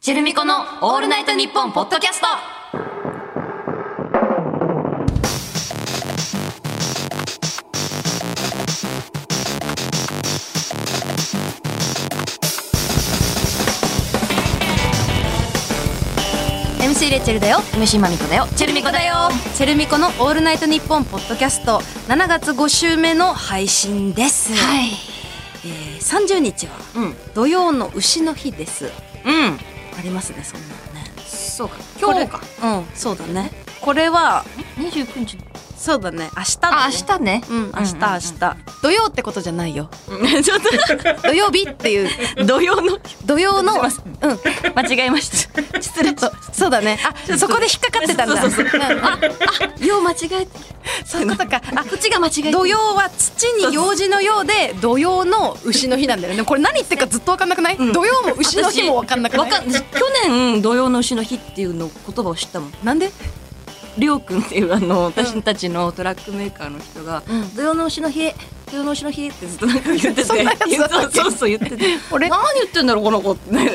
チェルミコのオールナイトニッポンポッドキャスト MC レッチェルだよ MC まみこだよチェルミコだよチェルミコの「オールナイトニッポン」ポッドキャスト7月5週目の配信です、はいえー30日はうん土曜の牛の日ですうんありますねそんなのねそうかこ今れ日かうんそうだねこれは29日そうだね明日だねあ明日ねうん明日明日土曜ってことじゃないよ日 ちょっ 土曜日っていうと土曜の土曜のうん間違えました失礼とそうだねあそこで引っかかってたんだそうそううんあ曜間違えそういうこと かあこっちが間違えて土曜は土に用事のようで土曜の牛の日なんだよねこれ何言ってるかずっと分かんなくない、土曜も牛の日も分かんなくないわ かん去年土曜の牛の日っていうの言葉を知ったもんなんでりょうくんっていうあの私たちのトラックメーカーの人がうん「土曜の牛の日土曜の牛の日」ってずっとなんか言っててそんなやつだったっけそうそうそう言ってて俺あ何言ってんだろうこの子ってね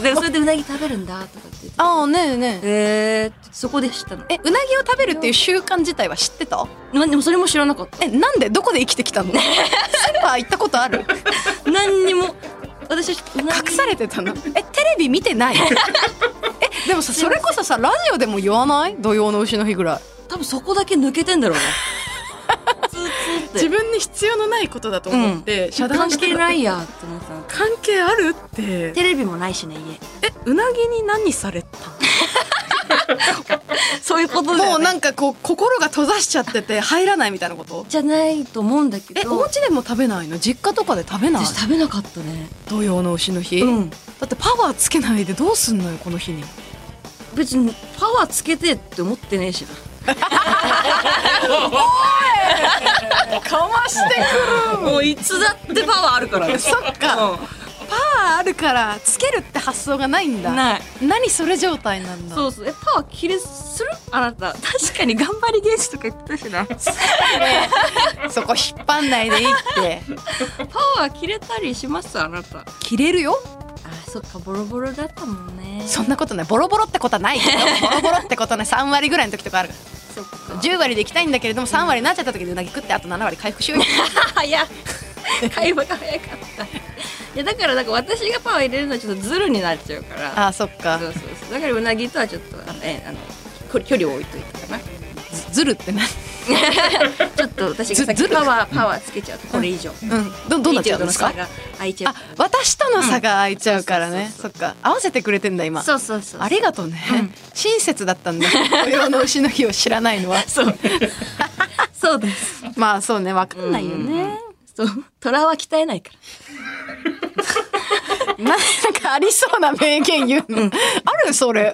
でそれでうなぎ食べるんだとかって言ってあねえねええー、そこで知ったのえうなぎを食べるっていう習慣自体は知ってたなでもそれも知らなかっえなんでどこで生きてきた のスーパー行ったことあるた何にも私うなぎ隠されてたのえテレビ見てないえでもさそれこそさラジオでも言わない土曜の牛の日ぐらい多分そこだけ抜けてんだろうねツーツーって自分に必要のないことだと思って、遮断関して係たないやって思ってたの関係あるってテレビもないしね家えうなぎに何されたそういうことだよ、ね、もうなんかこう心が閉ざしちゃってて入らないみたいなことじゃないと思うんだけどえお家でも食べないの実家とかで食べない私食べなかったね土曜の牛の日、だうんってパワーつけないでどうすんのよこの日に別にパワーつけてって思ってねえしなかましてもういつだってパワーあるからねそっか、パワーあるからつけるって発想がないんだない何それ状態なんだそうそうえパワー切れするあなた確かに頑張りゲージとか言ってたしな そこ引っ張んないでいい ってパワー切れたりしますあなたあ切れるよそっかボロボロだったもんねそんなことないボロボロってことはないけどボロボロってことはない3割ぐらいの時とかあるそっか10割で行きたいんだけれども3割になっちゃった時でうなぎ食ってあと7割回復しようよ早っ 会話が早かったいやだからなんか私がパワー入れるのはちょっとズルになっちゃうから あそっかそうそうそうだからうなぎとはちょっとあのえあのこ距離を置いといたかなずるってなちょっと私がさっずきずるパワーパワーつけちゃうとこれ以上うんどどうなっちゃうんですか以上の差が開いちゃあう私との差が開いちゃうからね、うんそっか合わせてくれてんだ今そうそうそうありがとうね、親切だったんだ土曜の牛の日を知らないのはそう そうです まあそうねわかんないよね、ねそう虎は鍛えないかななんかありそうな名言言うの、あるそれ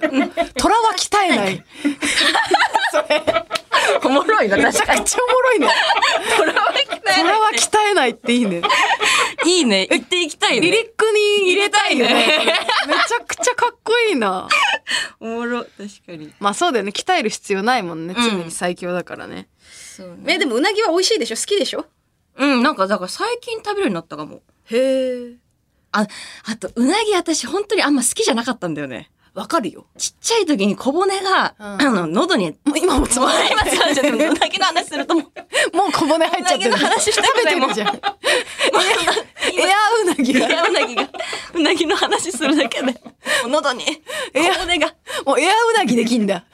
虎は鍛えないそれらおもろいなめちゃくちゃおもろいね虎は鍛え虎は鍛えないっていいねいいいね行っていきたいリリックに入れたいよね。入れめちゃくちゃかっこいいな。おもろ確かにまあそうだよね。鍛える必要ないもんね。うん常に最強だからね。そうえでもうなぎは美味しいでしょ好きでしょうんなんかだから最近食べるようになったかもへえ。ああとうなぎ私本当にあんま好きじゃなかったんだよねわかるよ。ちっちゃい時に小骨が、うんあの喉にもう今もつま ら今ない。つまんじゃってうなぎの話するともうもう小骨入っちゃってうる。なぎの話したく食なべいてもんるじゃん。エ アうなぎいが。やうなぎがうなぎの話するだけでもう 喉に小骨がもうエアうなぎできんだ。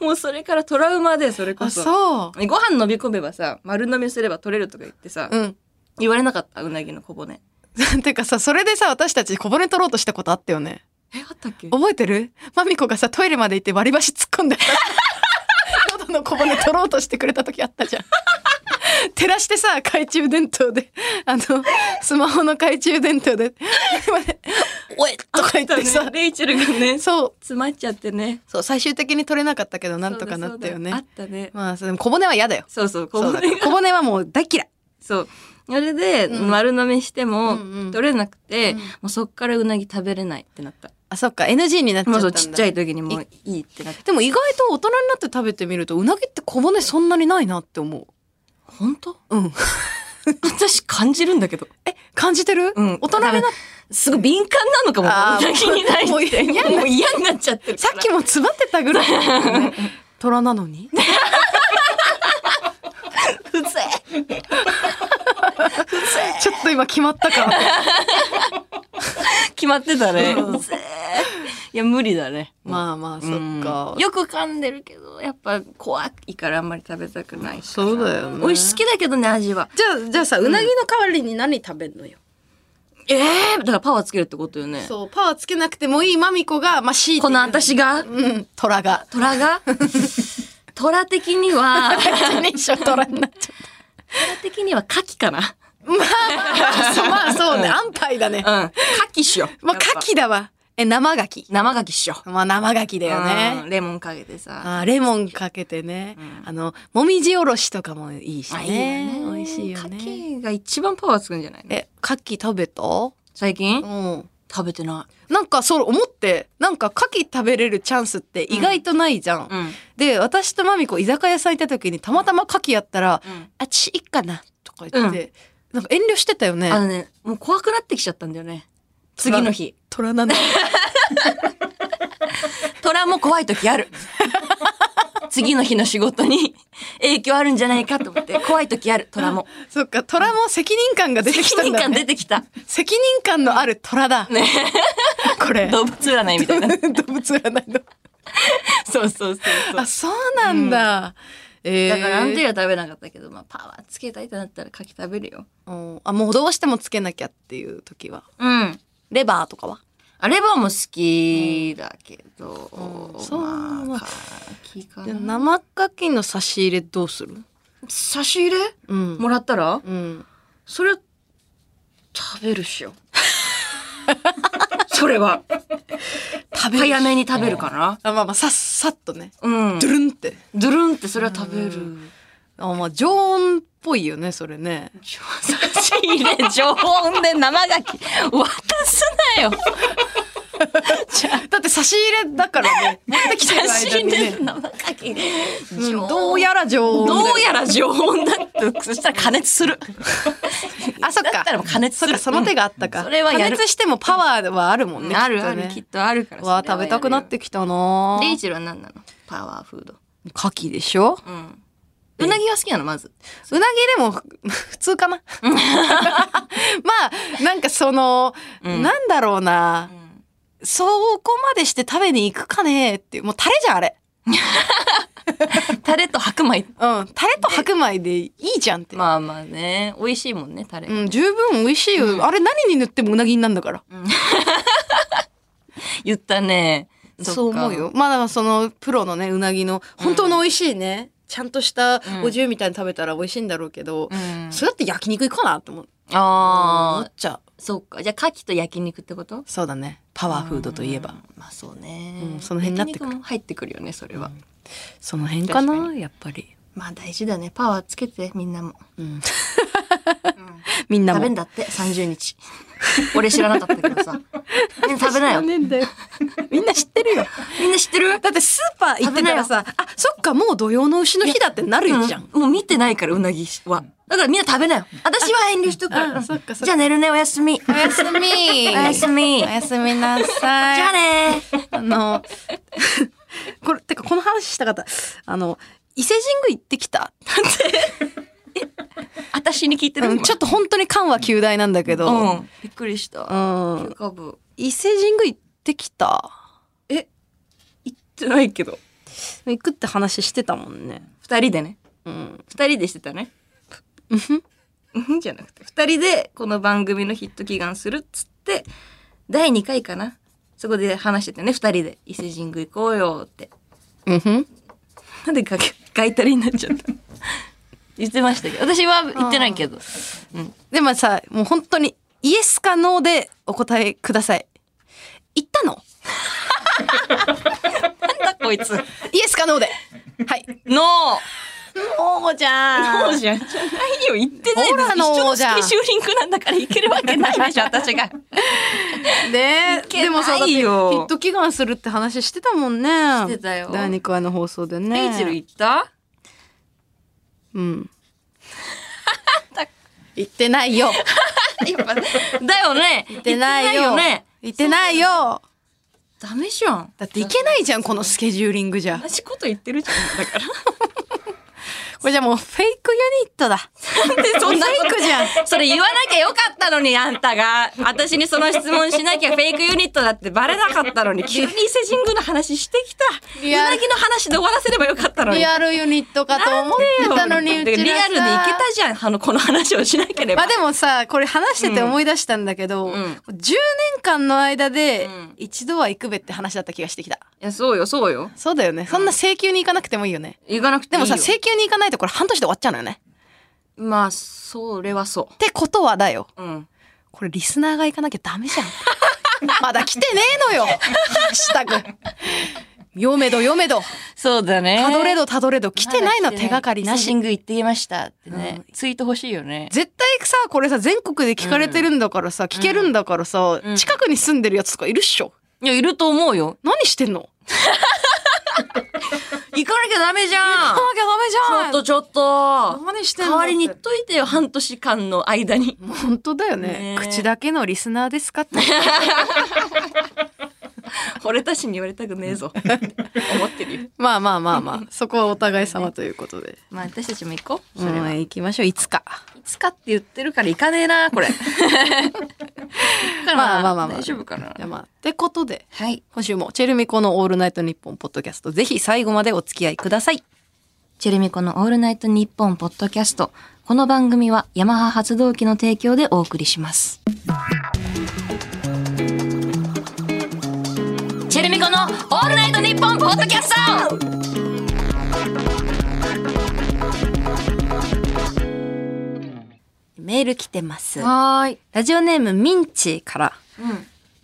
もうそれからトラウマでそれこあ、そそう。ご飯飲み込めばさ丸飲みすれば取れるとか言ってさ、うん。言われなかったうなぎの小骨 てかさ、それでさ、私たち小骨取ろうとしたことあったよね。えあったっけ覚えてるマミコがさ、トイレまで行って割り箸突っ込んで。喉の小骨取ろうとしてくれた時あったじゃん。照らしてさ、懐中電灯で、あの、スマホの懐中電灯で、 おいとか言ってさレイチェルがねそう、詰まっちゃってねそう、最終的に取れなかったけど、なんとかなったよそうだね。そうだあったねまあ、それでも小骨は嫌だよ。そうそう小そう骨がだから小骨はもう大嫌い。そうあれでうん丸飲みしてもうんうん取れなくて、うんもうそっからうなぎ食べれないってなったあ、そっか、NG になっちゃっもうたそんだ。うちっちゃい時にもういいってなってでも意外と大人になって食べてみると、うなぎって小骨そんなにないなって思う。本当 うん。私感じるんだけど。え、感じてる、うん大人になっだからすごい敏感なのかも。あー本気にないもうって。嫌になっちゃうもう嫌になっちゃってるかさら。っきもつばってたぐらい、ね。 虎なのにうぜえちょっと今決まったか決まってたね。うんうぜえいや、無理だね。あ、 まあまあ、そっかうん。よく噛んでるけど、やっぱ怖いからあんまり食べたくないから。そうだよね美味し好きだけどね、味は。じゃあじゃあさうなぎの代わりに何食べんのよ、ええだからパワーつけるってことよね。そうパワーつけなくてもいいマミコがまあ C この私が、うん、虎が。虎 が虎的には、一緒虎になっちゃ虎的には牡蠣かな。う。まあそうね、安牌だね。うん。牡蠣っしょ。まあ、牡蠣だわ。え、生牡蠣。生牡蠣っしょ。まあ生牡蠣だようね。んレモンかけてさ。あーレモンかけてね。あの、もみじおろしとかもいいしあいいよね。ね美味しいよ牡ね。蠣が一番パワーつくんじゃないのえ、牡蠣食べた最近うん。食べてななんかそう思って、なんか牡蠣食べれるチャンスって意外とないじゃん。い。うん。で、私とマミコ居酒屋さん行った時にたまたま牡蠣やったら、あっちいっかなとか言って、なんか遠慮してたよあね。のね、もう怖くなってきちゃったんだよね。次の日。虎なの。虎も怖い時 ある。次の日の仕事に影響あるんじゃないかと思って、怖い時ある、虎 も。そっか、虎も責任感が出てきた責ん任だ、感出ね。てきた。責任感のある虎だ。ね。 これ。動物占いみたいな。動物占いの。 そうそうそうそう。あ、そうなんだ。えーだからあの時は食べなかったけど、まあ、パワーつけたいってなったら牡蠣食べるよ。うんあ、もうどうしてもつけなきゃっていう時は。うん。レバーとかはあレバーも好きだけど、うんそうまあ、牡蠣かでな。生牡蠣の差し入れどうする差し入れうん。もらったら、うん。それ、食べるっしょ。 それは。食べ早めに食べるかな。あ、まあまあ、さっさっとね。うん。ドゥルンって。ドゥルンってそれは食べる。あ、まあ、常温っぽいよね、それね。差し入れ常温で生牡蠣渡すなよだって差し入れだからね。持ってきてる差し間入にれね。生牡蠣うん常温どうやら常温だどようやら常温だってそしたら加熱するあ、そっだかっ。たらもう加熱すそっるか、その手があったか。うんそれはやる加熱してもパワーはあるもうんんね。あきるっとあねるきっとあるからわあ食べたくなってきたなレイチェルは何なのパワーフード牡蠣でしょうんうなぎが好きなのまずうなぎでも ふ普 通かなまあなんかその、うんなんだろうなう、んそこまでして食べに行くかねっていうもうタレじゃんあれタレと白米うんタレと白米でいいじゃんって、まあまあね美味しいもんねタレうん十分美味しいよ、あれ何に塗ってもうなぎになんだから言ったねそうっか思うよまあだからそのプロのねうなぎの本当の美味しいね、ちゃんとしたお重みたいに食べたら美味しいんだろうけど、うんそれだって焼肉行くかなって思う思あっちゃうーそっかじゃあ牡蠣と焼肉ってことそうだねパワーフードといえば、うんまあそうね、うんその辺になってくる焼肉も入ってくるよねそれは、その辺かな確かやっぱり、まあ大事だねパワーつけてみんなも、うん、うん みんな食もべんだって30日俺知らなかったけど さみんな食べなよねえんだ よみんな知ってるよみんな知ってるだってスーパー行ってたらさあそっかもう土曜の牛の日だってなるじゃん、うんもう見てないからうなぎはだからみんな食べなよ私は遠慮しとくからうあんそっかそっかじゃあ寝るねおやすみおやすみおやすみおやすみなさいじゃあねあのこれてかこの話したかったあの伊勢神宮行ってきた、私に聞いてる、うん、ちょっと本当に感は急大なんだけうど、んびっくりしたうん急カブ伊勢神宮行ってきた行ってないけど行くって話してたもんね二人でねうん二人でしてたねうんふんじゃなくて二人でこの番組のヒット祈願するっつって第2回かなそこで話しててね二人で伊勢神宮行こうよってうんふんなんでガキガイタリになっち ゃった言ってましたけど私は言ってないけどでもさ、もう本当にイエスかノーでお答えください。行ったのなんだこい つノイエスかノーで。はい。ーノーじゃノーじゃんじゃないよ言ってないほら一緒ノーのじゃんスケジューリングなんだから行けるわけないでし ょ私がん。ねけないよでもさ、だってヒット祈願するって話してたもんね。してたよ第2回の放送でね。 レイチェル行ったうん。言ってないよ。だよね言言ってないよ。ね言ってないよ。ダメじゃんだっていけないじゃん、このスケジューリングじゃ同。じこと言ってるじゃんだからこれじゃもうフェイクユニットだ。なんでそフんな ェイことクじゃん。それ言わなきゃよかったのにあんたが私にその質問しなきゃフェイクユニットだってバレなかったのに急に伊勢神宮の話してきたうリアなルぎの話で終わらせればよかったのにリアルユニットかと思ってたのに、うでちリらアさルでいけたじゃんあのこの話をしなければ、まあでもさ、これ話してて思い出したんだけど、ん10年間の間でん一度は行くべって話だった気がしてきた。いやそうよそうよそうだよね。そんな請求に行かなくてもいいよね。行かなくてでいいもよさ、請求に行かないとこれ半年で終わっちゃうのよね。まあそれはそってことはだよ。ううんこれリスナーが行かなきゃダメ じゃん。まだ来てねえのよ。ハッシュタグ。読めど読めど。そうだねたどれどたどれど。来てないの手がかりなシし。ング行ってきましたってね、ツイート欲しいよね絶対さ、これさ、全国で聞かれてるんだからさ、聞けるんだからさ、うん近くに住んでるやつとかいるっしょ。いやいると思うよ何してんの行かなきゃダメじゃんきゃちょっとちょっと何してん代のわりに言っといてよ半年間の間にもう本当だよねねえ口だけのリスナーですかって。俺たちに言われたくねえ ぞ思ってるよまあまあまあま あ、そこはお互い様ということで。まあ私たちも行こううそれは、ん、行きましょう、いつか。いつかって言ってるから行かねえな これまあまあまあまあ大丈夫かなじゃあまあ、ってことで、はい今週もチェルミコのオールナイトニッポンポッドキャスト、ぜひ最後までお付き合いください。チェルミコのオールナイトニッポンポッドキャストこの番組はヤマハ発動機の提供でお送りしますチェルミコのオールナイトニッポンポッドキャストメール来てます。はーい、ラジオネームミンチから。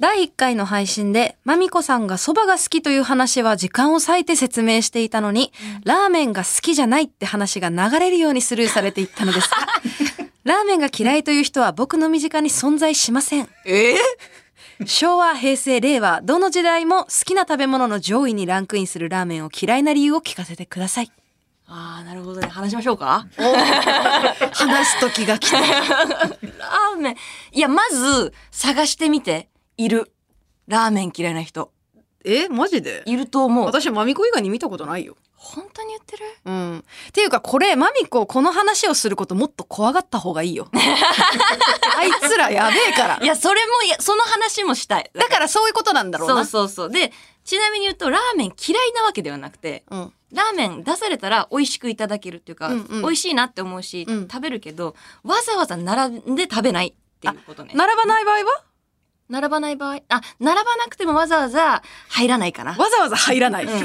第1回の配信で、まみこさんが蕎麦が好きという話は時間を割いて説明していたのに、ラーメンが好きじゃないって話が流れるようにスルーされていったのです が。ラーメンが嫌いという人は僕の身近に存在しません。え昭和、平成、令和、どの時代も好きな食べ物の上位にランクインするラーメンを嫌いな理由を聞かせてください。ああなるほどね話しましょうか 話す時が来た。ラーメンいやまず探してみているラーメン嫌いな人 え、マジでいると思う私、まみこ以外に見たことないよ。本当に言ってるうん。っていうか、これ、マミコ、この話をすることもっと怖がった方がいい よ。あいつらやべえからい。やそれもいやその話もしたいだからそういうことなんだろうそうな。そうそう。で、ちなみに言うと、ラーメン嫌いなわけではなくて、うん。ラーメン出されたら美味しくいただけるっていうか、うんうん美味しいなって思うし、うん食べるけど、わざわざ並んで食べないっていうことね。並ばない場合は並ばない場合、あ、並ばなくてもわざわざ入らないかな。わざわざ入らない。ん みんな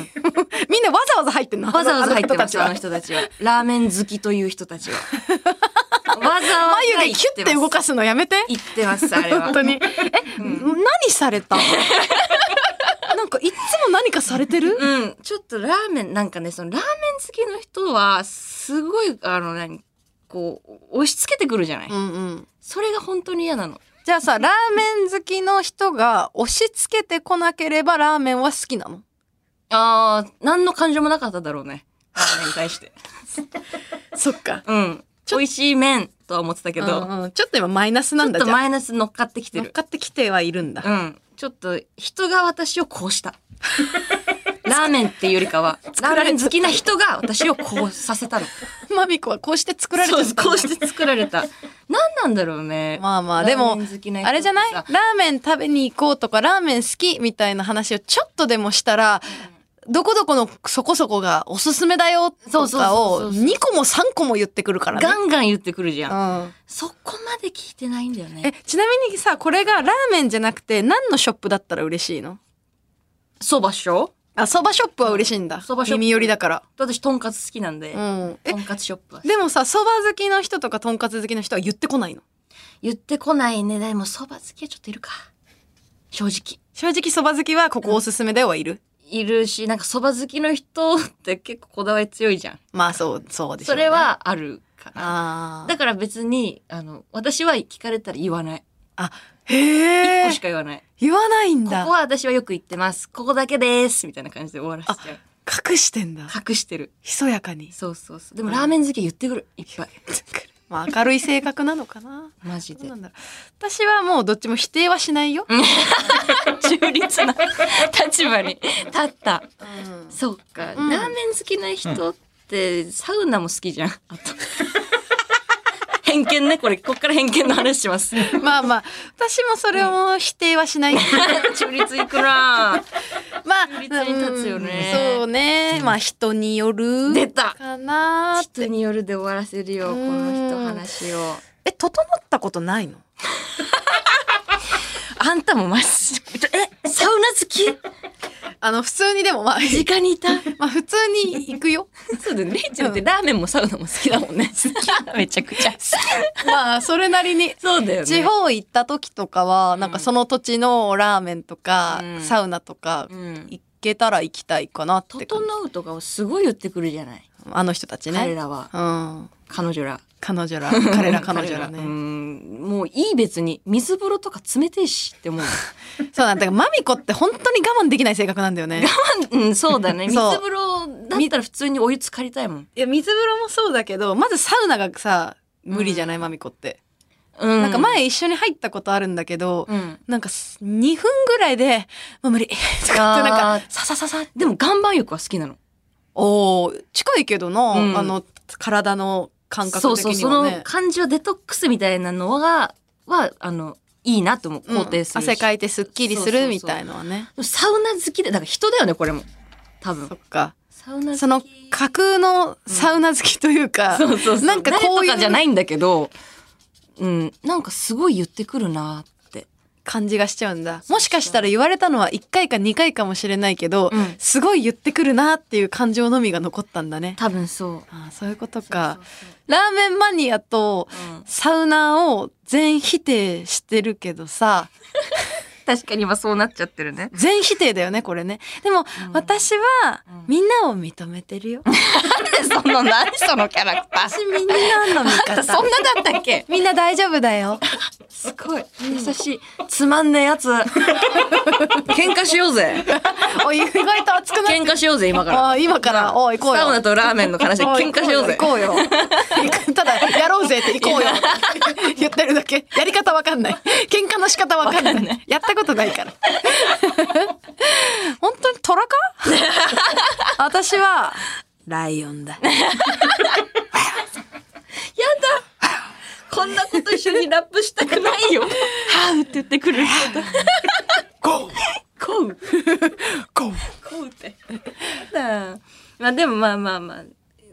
わざわざ入ってんのわざわざ入ってます、ああのの人たち人たちは。ラーメン好きという人たちは。 わざわはざ眉行毛キュッて動ます。かすのやめて。行ってます、あれは本。当に。え、何された なんかいっつも何かされてるうん、ちょっとラーメン、なんかね、そのラーメン好きの人は、すごい、あの、何、こう、押し付けてくるじゃない、んうん。それが本当に嫌なの。じゃあさ、ラーメン好きの人が押し付けてこなければラーメンは好きなのああ、何の感情もなかっただろうね。ラーメンに対して。そっか。うん。美味しい麺とは思ってたけど、うんうんちょっと今マイナスなんちょだっとじゃあマイナス乗っかってきて乗っる。かってきてはいるんだ、うん。ちょっと、人が私をこう した。ラーメンっていうよりかは、ラーメン好きな人が私をこうさせたの。マミコはこうして作られてそるう、こうして作られた。何なんだろうね。まあまあでもラーメン好きな人あれじゃないってラさーメン食べに行こうとかラーメン好きみたいな話をちょっとでもしたら、どこどこのそこそこがおすすめだよそとうそうそうかそうを2個も3個も言ってくるからねガ。ンガン言ってくるじゃん。うんそこまで聞いてないんだよえね。ちなみにさこれがラーメンじゃなくて何のショップだったら嬉しいのそばっしょあそばショップは嬉しいんだ、蕎麦ショップ耳寄りだから、私、とんかつ好きなんで、うん、えとんかつショップは。でもさそば好きの人とかとんかつ好きの人は言ってこないの言ってこないね。でも、そば好きはちょっといるか。正直。正直そば好きはここおすすめだよはいる、いるし、なんかそば好きの人って結構こだわり強いじゃん。まあそうそうでしそょうねれはあるかな。あだから別に、あの、私は聞かれたら言わない。あ。あ、へこえこし。か言わない。言わないんここだ。は私はよく言ってます。ここだけです。みたいな感じで終わらせちゃう。隠してんだ。隠してる。ひそやかに。 そうそうそう。でもラーメン好きは言ってくる。いっぱい。まあ明るい性格なのか な。マジどうでなんだろう私はもうどっちも否定はしないよ。中立な立場に立ったうんそうか、うんラーメン好きな人ってサウナも好きじゃんあと偏見ねこれこっから偏見の話しますまあまあ私もそれも否定はしない。中立いくなまあ中立に立つよねうんそうね。まあ人による出たかなっ人て。によるで終わらせるよこの人話をえ整ったことないの？あんたもマジえサウナ好 きあの普通にでもまあ 身近にいたまあ普通に行くよ。そうだよねレイちゃんってラーメンもサウナも好きだもん ね めちゃくちゃまあそれなりに。そうだよね地方行った時とかは、なんうんかその土地のラーメンとか、うんサウナとか、うん行けたら行きたいかなって感じ整うとかをすごい言ってくるじゃない、あの人たち彼ね。らはうん。彼女ら彼女 ら、彼ら 彼女らうね。んもういい別に水風呂とか冷てえしって思うそうなんだから、マミコって本当に我慢できない性格なんだよね。うんそうだね水そう風呂だったら普通にお湯浸かりたいもん、 いや、水風呂もそうだけど、まずサウナがさ、無理じゃない、マミコって。うん、なんか前一緒に入ったことあるんだけど、うんなんかす2分ぐらいで、もう無理 とかってなんあー、かささささでも岩盤浴は好きなのおー近いけどな、うんあの、体の感そ覚う的そうにそはのね。感じをデトックスみたいなのははあのいいなと思ううん肯定するし、汗かいてすっきりすそうそうそるうみたいのはね。サウナ好きでだから人だよねこれも多分そっか。サウナ好きその架空のサウナ好きというか、そうそうそうなんかこう誰いとかじゃうないんだけどうんなんかすごい言ってくるなって感じがしちゃうんだ。もしかしたら言われたのは1回か2回かもしれないけど、うんすごい言ってくるなっていう感情のみが残ったんだね。多分そうああそういうことか。ラーメンマニアとうんサウナを全否定してるけどさ、確かに今そうなっちゃってるね全否定だよね、これね。でも、私はうんみんなを認めてるよ。なん でその何そのキャラクター私みんなの味あんたそ方ん。なだったっけみんな大丈夫だ よ。すごい優しいつまんねえやつ 喧嘩しようぜおい、意外と熱くなって喧嘩しようぜ今からああ今から、おい、行こうよ。サウナとラーメンの話でおい喧嘩しようぜ行こうよ。行こうよ ただ、やろうぜって行 こうよ。言ってるだけ。やり方わかんない。喧嘩の仕方わかんない。やったことないから。 本当に虎か 私は、ライオン だ。やだこんなこと一緒にラップしたくないよハウって言ってくる人だゴー こうゴーこうって だまあでもまあまあまあ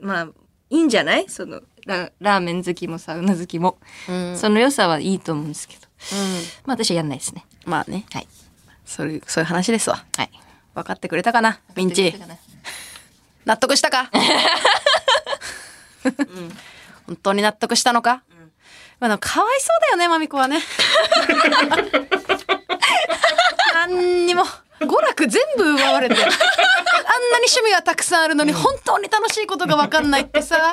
まあいいんじゃないそのララーメン好きもサウナ好きも、うんその良さはいいと思うんですけどまあ私はやんないですねまあね。はいそういう、そういう話ですわ。はい分かってくれたかなミンチ。う納得したか 本当に納得したのか、まあ、でもかわいそうだよねまみこ はね何にも娯楽全部奪われてあんなに趣味はたくさんあるのに本当に楽しいことが分かんないってさ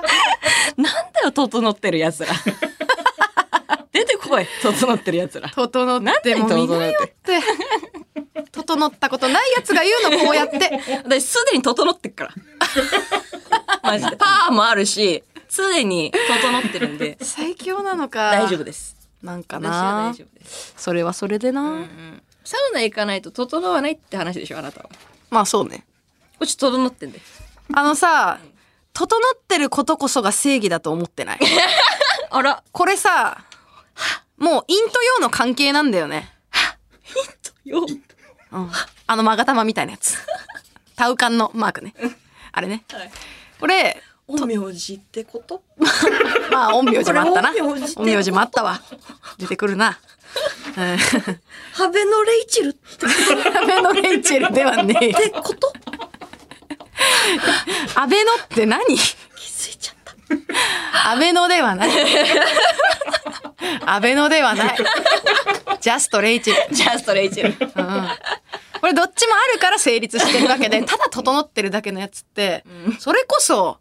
んなんだよ整ってるや つら出てこい整ってるやつら整ってもみなよって整ったことないやつが言うのこう やって私すでに整ってっ からマジでパワーもあるしすでに整ってるんで最強なのか大丈夫ですなんか私はな大丈夫です、それはそれでな、うん、サウナ行かないと整わないって話でしょあなたはまあそうねこっち整ってんであのさ、整ってることこそが正義だと思ってない。あらこれさ、もう陰と陽の関係なんだよね。ようん、あの、まがたまみたいなやつ。タウカンのマークね。あれね。はいこれ、お名字ってことまあ、陰陽師もあったなこれ陰陽師ってこ。と陰陽師もあったわ。出てくるな。ハベのレイチェルってアベノレイチェルではねえよ。 ことアベノって何気づいちゃったアベノではない。アベノではない。ジャストレイチェル。ジャストレイチェルこれどっちもあるから成立してるわけで、ただ整ってるだけのやつって、それこそ、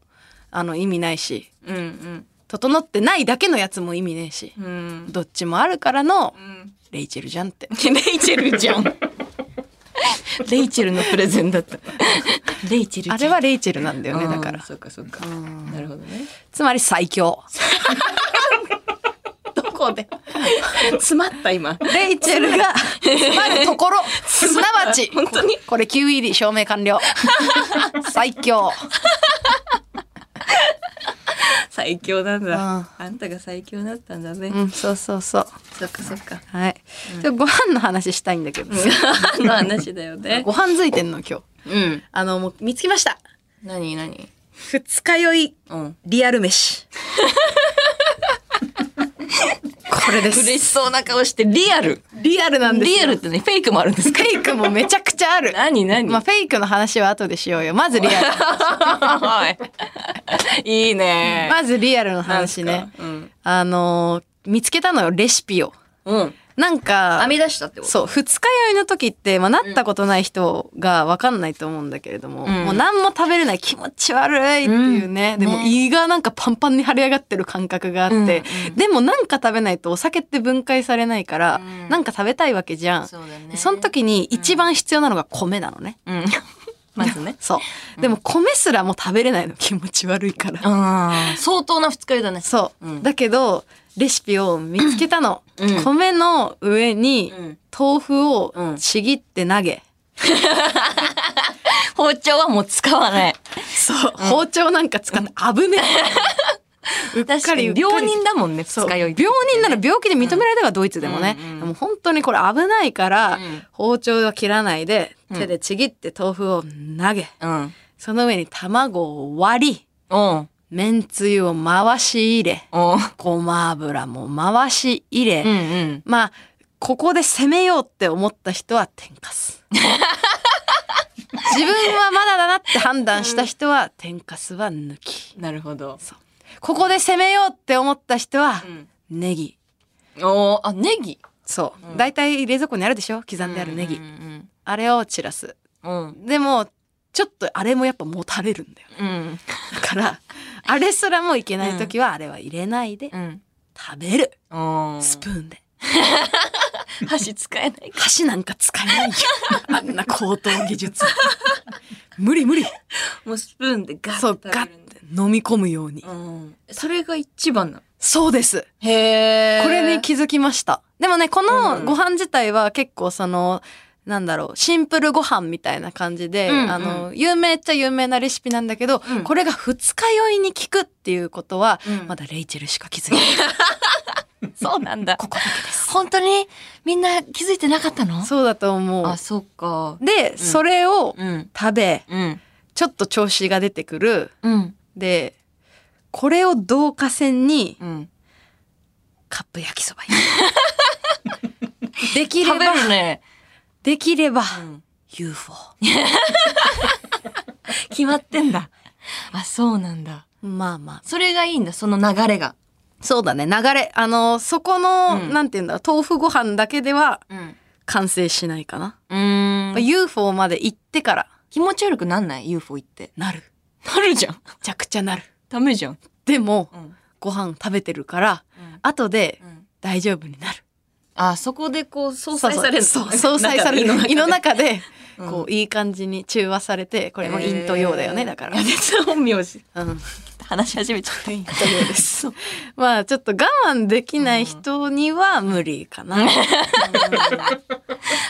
あの、意味ないし、うん整ってないだけのやつも意味ねえし、うんうんどっちもあるからのう、んレイチェルじゃんって。レイチェルじゃんレイチェルのプレゼンだったレイチェルじゃんあれはレイチェルなんだよね、うんだから。そうかそうかなるほどねつまり最強。こで。詰まった今。レイチェルが、詰まるところ、すなわち、本当にここれ Q 入り証明完了。最強。最強なんだ。うんあんたが最強だったんだね。うん、そうそうそう。そっかそっか。はい。ちょご飯の話したいんだけどさ。の話だよね。ご飯づいてんの今日。うん。あの、もう見つけました。何何二日酔い、うん。リアル飯。これです。嬉しそうな顔してリアル。リアルなんですリよ。アルってね、フェイクもあるんですかフェイクもめちゃくちゃある。何何まあ、フェイクの話は後でしようよ。まずリアル。 いいね。まずリアルの話ね。うん。あのー見つけたのよ、レシピを。うん。なんか編、み出したってことそう、二日酔いの時って、まあ、なったことない人がわかんないと思うんだけれども、うんもう何も食べれない気持ち悪いっていうね。うんでもね胃がなんかパンパンに腫れ上がってる感覚があって、うんうんでもなんか食べないとお酒って分解されないから、うんなんか食べたいわけじゃん。そうだねその時に一番必要なのが米なのね。うん。 まずね。そう。でも米すらもう食べれないの気持ち悪いから。ああ、相当な二日酔いだね。そう、うんだけどレシピを見つけたの、うん米の上にうん豆腐をうんちぎって投げ、包丁はもう使わない。そう、 包丁なんか使って危ねえ、う っ確かかりにうっかり病人だもんね、二そう日酔病い。人なら病気で認められればドイツでもね、うんうんでも本当にこれ危ないから、うん包丁は切らないでうん手でちぎって豆腐を投げうん。その上に卵を割りうん。めんつゆを回し入れうん。ごま油も回し入れ、うんうん。まあ、ここで攻めようって思った人は天かす。 自分はまだだなって判断した人は天かすは抜き。なるほど。ここで攻めようって思った人はうん。ネギ。おーあ、ネギ。そうう。ん大体冷蔵庫にあるでしょ刻んであるネギう。んあれを散らす。うんうん。でも、ちょっとあれもやっぱもたれるんだよ。うん。だから、あれすらもいけない時はあれは入れないでうん。食べる。うん。スプーンで。ーン。箸使えない。箸なんか使えないよ。 あんな高等技術。無理無理。もうスプーンでガッそう、とガッ食てべるんだ。飲み込むように。うん。それが一番なの。そうです。へえ。これに気づきました。でもね、このうんご飯自体は結構その、なんだろう、シンプルご飯みたいな感じで、うんうんあの、有名っちゃ有名なレシピなんだけど、うんこれが二日酔いに効くっていうことは、うんまだレイチェルしか気づいてない。 そうなんだ。ここだけです。本当にみんな気づいてなかったのそうだと思あ、う。そっか。で、それをうん。食べ、うん。ちょっと調子が出てくる。うん。で、これを導火線にうん。カップ焼きそばに。できれ食ばべ、るね。できれば、うん。 UFO。 決まってんだ。あ、そうなんだ。まあまあ。それがいいんだ、その流れが。そうだね、流れ。あの、そこの、うんなんていうんだろう、豆腐ご飯だけではうん。完成しないかな。うんまあ UFO まで行ってから、気持ち悪くなんない ?UFO 行って。なる。なるじゃん。めちゃくちゃなる。ダメじゃん。でも、うん。ご飯食べてるから、うん。後でうん大丈夫になる。あ、そこでこう、相殺されるそうそうそう、相殺される。胃の中で、ここう、いい感じに中和されて、こうれも陰と陽だよね、だから。別本名字。うん。話し始めちゃった。陰と陽 です。まあ、ちょっと我慢できない人には無理かな。い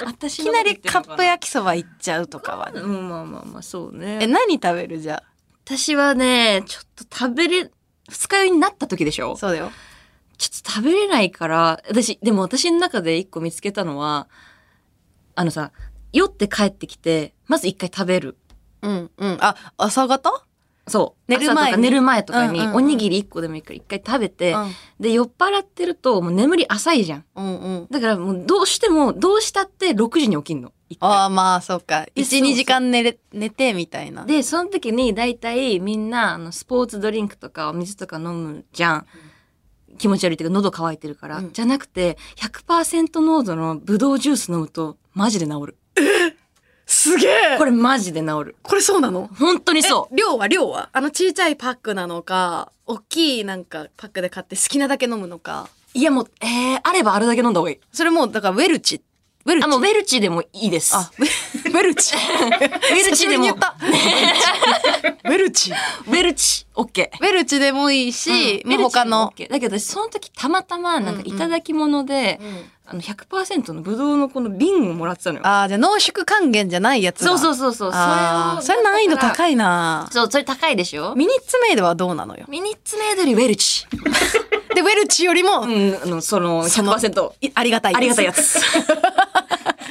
私きなりカップ焼きそば行っちゃうとかはね。うん、まあまあまあ、そうね。え、何食べるじゃ私はね、ちょっと食べれ、二日酔いになった時でしあ。ょそうだよ。ちょっと食べれないから、私、でも私の中で一個見つけたのは、あのさ、酔って帰ってきて、まず一回食べる。うんうん。あ、朝方そう。寝る前に朝とか寝る前とかにうんうんう、んおにぎり一個でもいいから一回食べて、うで、酔っ払ってると、もう眠り浅いじゃん。んうん。だからもうどうしても、どうしたって6時に起きんの。一回ああ、まあ、そうか。え1、そう2そう時間寝れ、寝て、みたいな。で、その時に大体みんなあのスポーツドリンクとかお水とか飲むじゃん。気持ち悪いっていうか喉乾いてるから。うんじゃなくて100%濃度のブドウジュース飲むとマジで治る。すげえこれマジで治る。これそうなの本当にそそう。量は量はあの、ちいちゃいパックなのか、大きいなんかパックで買って好きなだけ飲むのか。う。いやもう、えー、あればあれだけ飲んだ方がいい。それもう、だから、ウェルチ。ウェルチ。あ、もうウェルチでもいいです。 あウェウェルチ。ウェ ウェルチでも言った。ウェルチ。ウェルチ、オッケー。ウェルチでもいいし、うんまあ他の。。ウェルチも OK だけど、その時たまたま、なんか、いただき物で、あの、100%のブドウのこの瓶をもらってたのよ。ああ、じゃあ濃縮還元じゃないやつだそうそうそうそう。あーそれ難易度高い。いなそう、それ高いでしょミニッツメイドはどうなのよミニッツメイドよりウェルチ。でウェルチよりもうん、あの、その、100%。いありがたいありがたいや つ。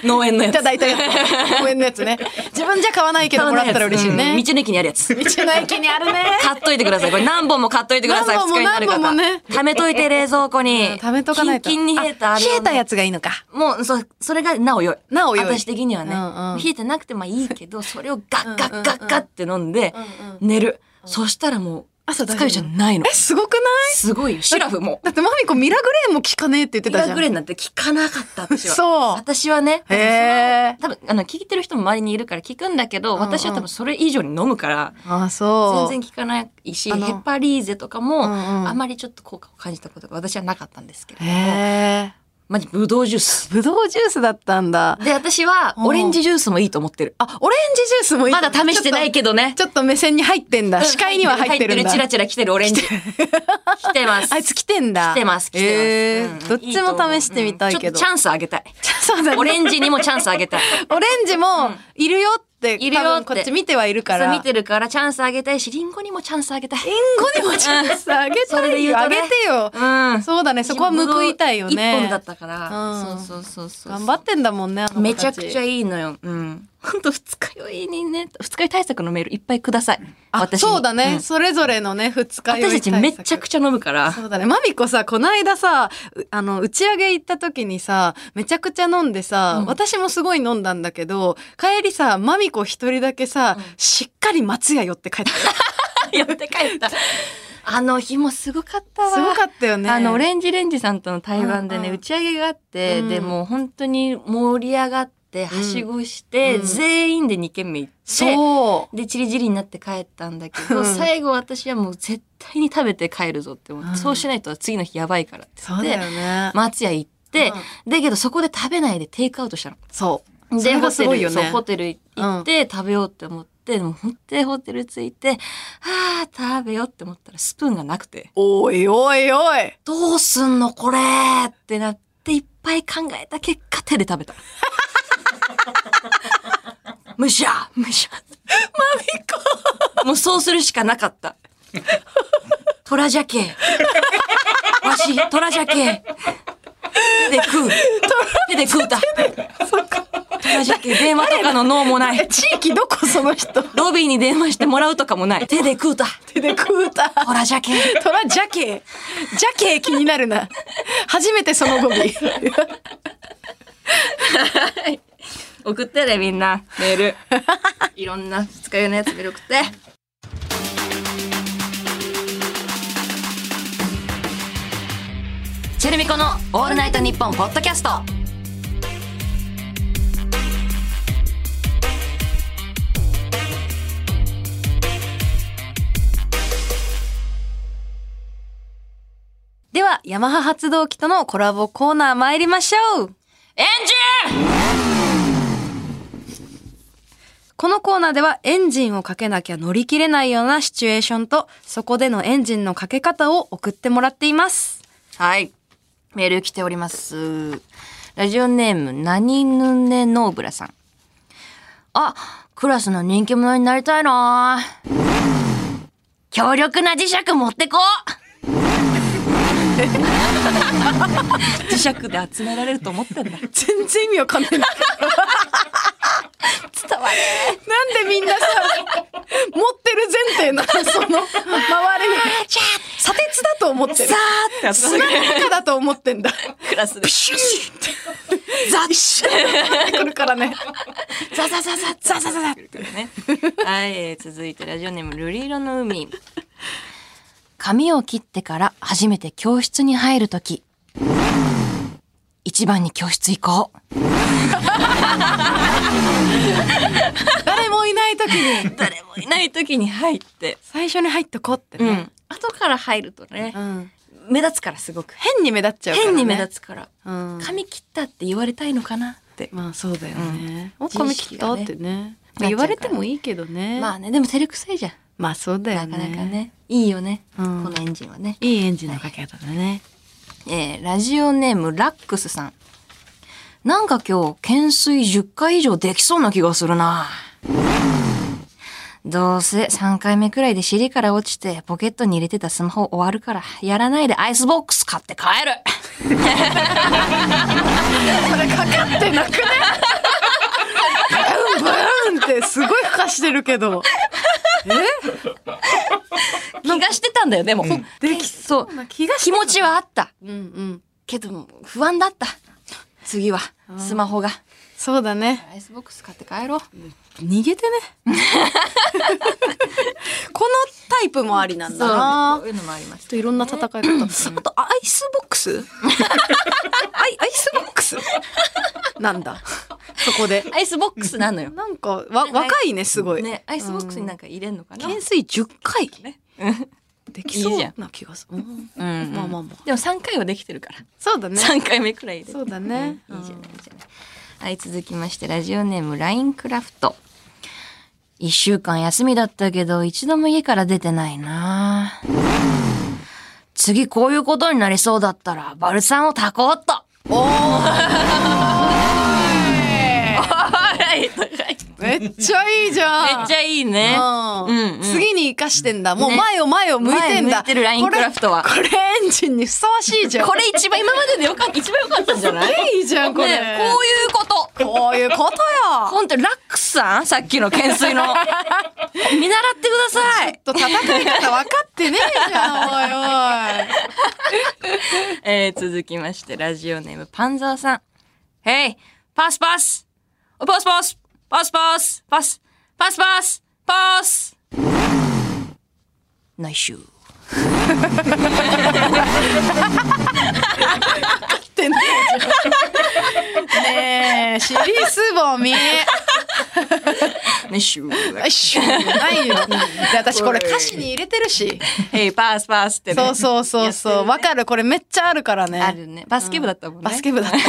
農園のやいつた。だいたやつ公園のやつね自分じゃ買わないけどもらったら嬉しいね、うん道の駅にあるやつ。道の駅にある ね買っといてください。これ何本も買っといてください。何本も二日になる方。何本もね貯めといて冷蔵庫に。食べとかないとキンキンに冷えたああれ冷をねえたやつがいいのかもう、そ、それがなお良い。なお良い私的にはね。うんうん冷えてなくてもいいけど、それをガッガッガッガッって飲んでうんうん、寝る。そしたらもう、朝大疲丈夫れちゃうのないのえ。すごくないすご いよ。シラフも。だってマミコミラグレーンも効かねえって言ってミたラじゃグレんーなんて聞かなかった、私は。 そう私はね、へえ多分、あの、聞いてる人も周りにいるから聞くんだけど、んうん私は多分それ以上に飲むから、あーそう全然効かないし、あのヘパリーゼとかも、うんうんあまりちょっと効果を感じたことが私はなかったんですけれども、へえマジブドウジュース。ぶどうジュースだったんだで、私はうんオレンジジュースもいいと思ってる。あオレンジジュースもいいまだ試してないけけどね。ちょっと目線に入ってんだ視界には入ってるんだチラチラ来てるオレンジ。来てます。あいつ来てんだ来てます、来てます。へえうんどっちも試してみたいけうんちょっとチどャンスあげ たい。そうだねオレンジにもチャンスあげたい。オレンジもいるよって、いるよって多分こっち見てはいるかそうら。見てるからチャンスあげたいし、リンゴにもチャンスあげたい。リンゴにも チャンスあげそれたでい言うよ。とねあげてよ。うん。そうだね、そこは報いたいよね。一本だったから。うんそうそうそうそう。頑張ってんだもんね、あの子めたちゃくちゃいいのよ。うん。ほんと二日酔いにね、二日酔い対策のメールいっぱいください。あ、私にそうだね、んそれぞれのね、二日酔い私たちめちゃくちちゃ飲むから。そうだね。マミコさ、こないださ、うあの、打ち上げ行った時にさ、めちゃくちゃ飲んでさ、うん私もすごい飲んだんだけど、帰りさ、マミコ一人だけさ、しっかり松屋寄って帰って た。 やって帰った。あの日もすごかったわ。すごかったよね。あの、オレンジレンジさんとの対バンでね、うんうん打ち上げがあって、うんで、もう本当に盛り上がって、はしごして、うん全員で2軒目行って、そう。で、チリチリになって帰ったんだけうど、ん最後私はもう絶対に食べて帰るぞって思って、うんそうしないと次の日やばいからってそ言っうだてよ、ね。松屋行って、うだけどそこで食べないでテイクアウトしたの。そう。そで、れホがすごテいよル、そう、ね。ホテル行って食べようって思って、でも本当にホテル着いて、あー、食べようって思ったらスプーンがなくて、おいおいおい。どうすんのこれーってなって、いっぱい考えた結果手で食べた。むしゃむしゃマミコもうそうするしかなかった。トラジャケわし、トラジャケ手で食う。手で食うた。トラジャケ電話とかの脳もなえ、い。地域どこその人ロビーに電話してもらうとかもない。手で食うた。手で食うた。トラジャケ トラジャケー。ジャケー気になるな。初めてその語尾。送ってねみんなメー ルいろんな二日酔いのやつメール送ってチェルミコの「オールナイトニッポン」ポッドキャスト では、ヤマハ発動機とのコラボコーナー参りましょう。エンジンこのコーナーではエンジンをかけなきゃ乗り切れないようなシチュエーションと、そこでのエンジンのかけ方を送ってもらっています。はいメール来ておりますラジオネームなにぬねノーブラさんあクラスの人気者になりたいな強力な磁石持ってこう 磁石で集められると思ってんだ全然意味わかんない。なんで伝われみんなさ、持ってる前提なのそ の、周りに。砂鉄だと思ってる。ーって砂の中だと思ってんだ。クラスでシュンって。ザッシュンってくるからね。ザザザザザザザザってね。 はい、えー続いてラジオネームルリ色の海。髪を切ってから初めて教室に入るとき。一番に教室行こう。誰もいない時に、誰もいないときに入って。最初に入っとこうってうね。ん。後から入るとねう、ん。目立つからすごく。変に目立っちゃうからね。変に目立つから。うん。髪切ったって言われたいのかなって。まあそうだよね。お自意髪切識ったがっねてね。なっちゃうから言われてもいいけどね。まあね、でも照れくさいじゃん。まあそうだよなねかなかねいいよね、うんこのエンジンはねいいエンジンのかけ方だね、えーラジオネームラックスさん。なんか今日、懸垂10回以上できそうな気がするな。どうせ3回目くらいで尻から落ちてポケットに入れてたスマホ終わるから、やらないでアイスボックス買って帰る。ってなくねブンブンってすごいふかしてるけど気がしてたんだよ、でも。できそう。気が気持ちはあった。うんうんけど、不安だった。次は、スマホが。そうだねアイスボックス買って帰ろう。逃げてねこのタイプもありなんだなそういうのもありましちょっといろんな戦い方。あと、アイスボックスアイアイスボックス なんだ。そこで。た。アイスボックスなのよ。なんか、わ、若いね、すごい。ね、アイスボックスになんか入れんのかな。懸垂10回。できそいういじゃんな気がする。うんうんまあまあまあ。でも3回はできてるから。そうだね。 3回目くらいで。そうだね。いいじゃないいいじゃない。はい、続きまして、ラジオネーム、ラインクラフト。一週間休みだったけど、一度も家から出てないな次こういうことになりそうだったら、バルサンを炊こうっと。おーいめっちゃいいじゃん。めっちゃいいね。うんうん次に生かしてんだ。もうね前を前を向いてん前を向だ。いてるラインクラフトはこれ、これエンジンにふさわしいじゃん。これ一番、今まででよかった、一番よかったんじゃないねいいじゃん、ここういれ。うこと。こういうことよ。本当にラックスさんさっきの懸 垂の。見習ってください。と戦い方分かってねえじゃん、おいおい。えー、続きまして、ラジオネームパンザーさん。ヘイパスパスパスパスパスパスパスパスパスパスナイスってねえじゃん。ねえ、尻すぼみ。ナイシュあしゅないよ。で、私これ歌詞に入れてるし。ヘイパスパスってね。そうそうそうそう。わかる。これめっちゃあるからね。あるね。バスケ部だったもんね。バスケ部だった。め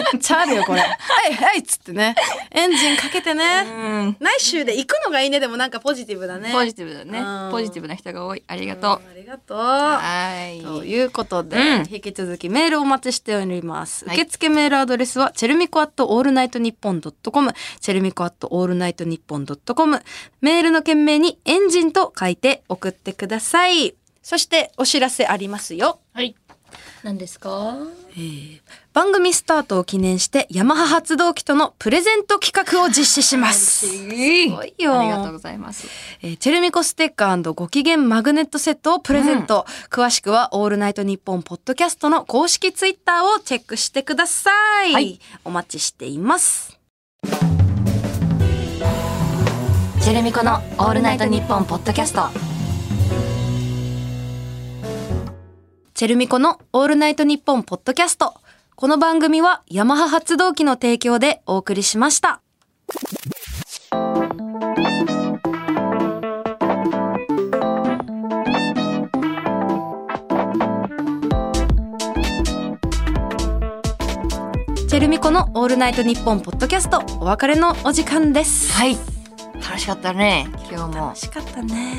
っちゃあるよ、これ。はい、はい、っつってね。エンジンかけてね。うん。来週で行くのがいいね。でもなんかポジティブだねポジティブだうね。んポジティブな人が多い。ありがとう。ありがとう。はい。ということで、うん引き続きメールをお待ちしております。はい受付メールアドレスは、チェルミコアットオールナイトニッポンドットコム、チェルミコアットオールナイトニッポンドットコム、メールの件名にエンジンと書いて送ってください。そしてお知らせありますよ。何ですか番組スタートを記念して、ヤマハ発動機とのプレゼント企画を実施します。すごいよありがとうございます。えーチェルミコステッカーご機嫌マグネットセットをプレゼント。詳しくは、オールナイトニッポンポッドキャストの公式ツイッターをチェックしてください。はいお待ちしています。ジェレミコのオールナイトニッポンポッドキャスト。チェルミコのオールナイトニッポンポッドキャスト。この番組は、ヤマハ発動機の提供でお送りしました。チェルミコのオールナイトニッポンポッドキャスト、お別れのお時間です。はい。楽しかったね。今日も楽。しかったね。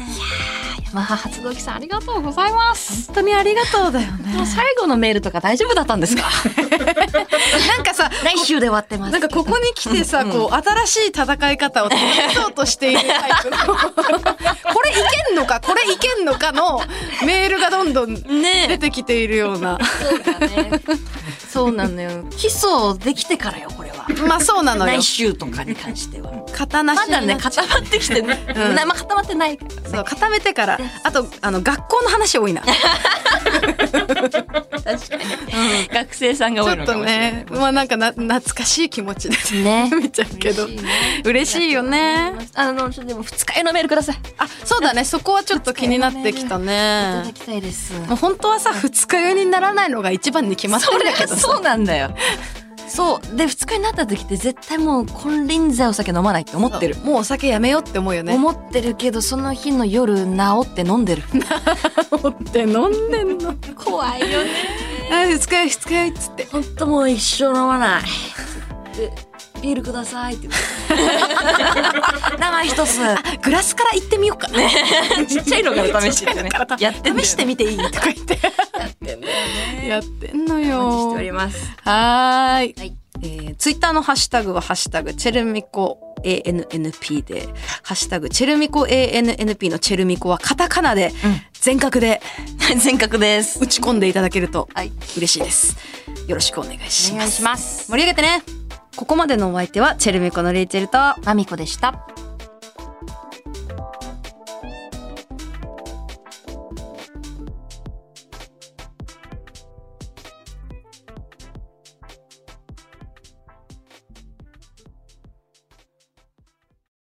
マハ発動機さんありがとうございます。本当にありがとうだよ ね。最後のメールとか大丈夫だったんですかなんかさ、 来週で終わってます。なんかここに来てさ、こう新しい戦い方を試そうとしているタイ プのこれいけんのかこれいけんのかのメールがどんどんね出てきているようなそうだね。 そうなのよ。基礎できてからよ、これは。まあそうなの よ来週とかに関しては。刀ましだにね、なっちゃ固まってきてね。うんなまあ固まってないから。うそう固めてからあとあの学校の話多いなち確かに。学生さん が多いょのっかともしれないね。まあなんかな懐かしい気持ちでね見ちゃうけど嬉しいね嬉しいよね。あの、ちょっとでも二日酔いのメールください。いあそうだねそこはちょっと気になってきたただねきたいです。もう本当はさ二日酔いにならないのが一番に決まってそるんれだけはどさそうなんだよ。そう。で、二日になった時って絶対もう金輪際お酒飲まないって思ってる。もうお酒やめようって思うよね思ってるけど、その日の夜治って飲んでる。思って飲んでんの 怖いよね。 あ二日酔い二日酔いっつってほんともう一生 飲まない。でビールくださいって言って。生な一つ。グラスから行ってみようか。 ちっちゃいのから試してちっちゃいてねのから試 やってんだよね試してみていいとか言って。やってんのお待ちしておよ。りますはーい。えー、ツイッターのハッシュタグはハッシュタグチェルミコ ANNP で、ハッシュタグチェルミコ ANNP のチェルミコはカタカナで、全角で 全角です打ち込んでいただけるとはい嬉しいです。よろしくお願いしおま願いす。します盛り上げてねここまでのお相手はチェルミコのレイチェルとまみこでした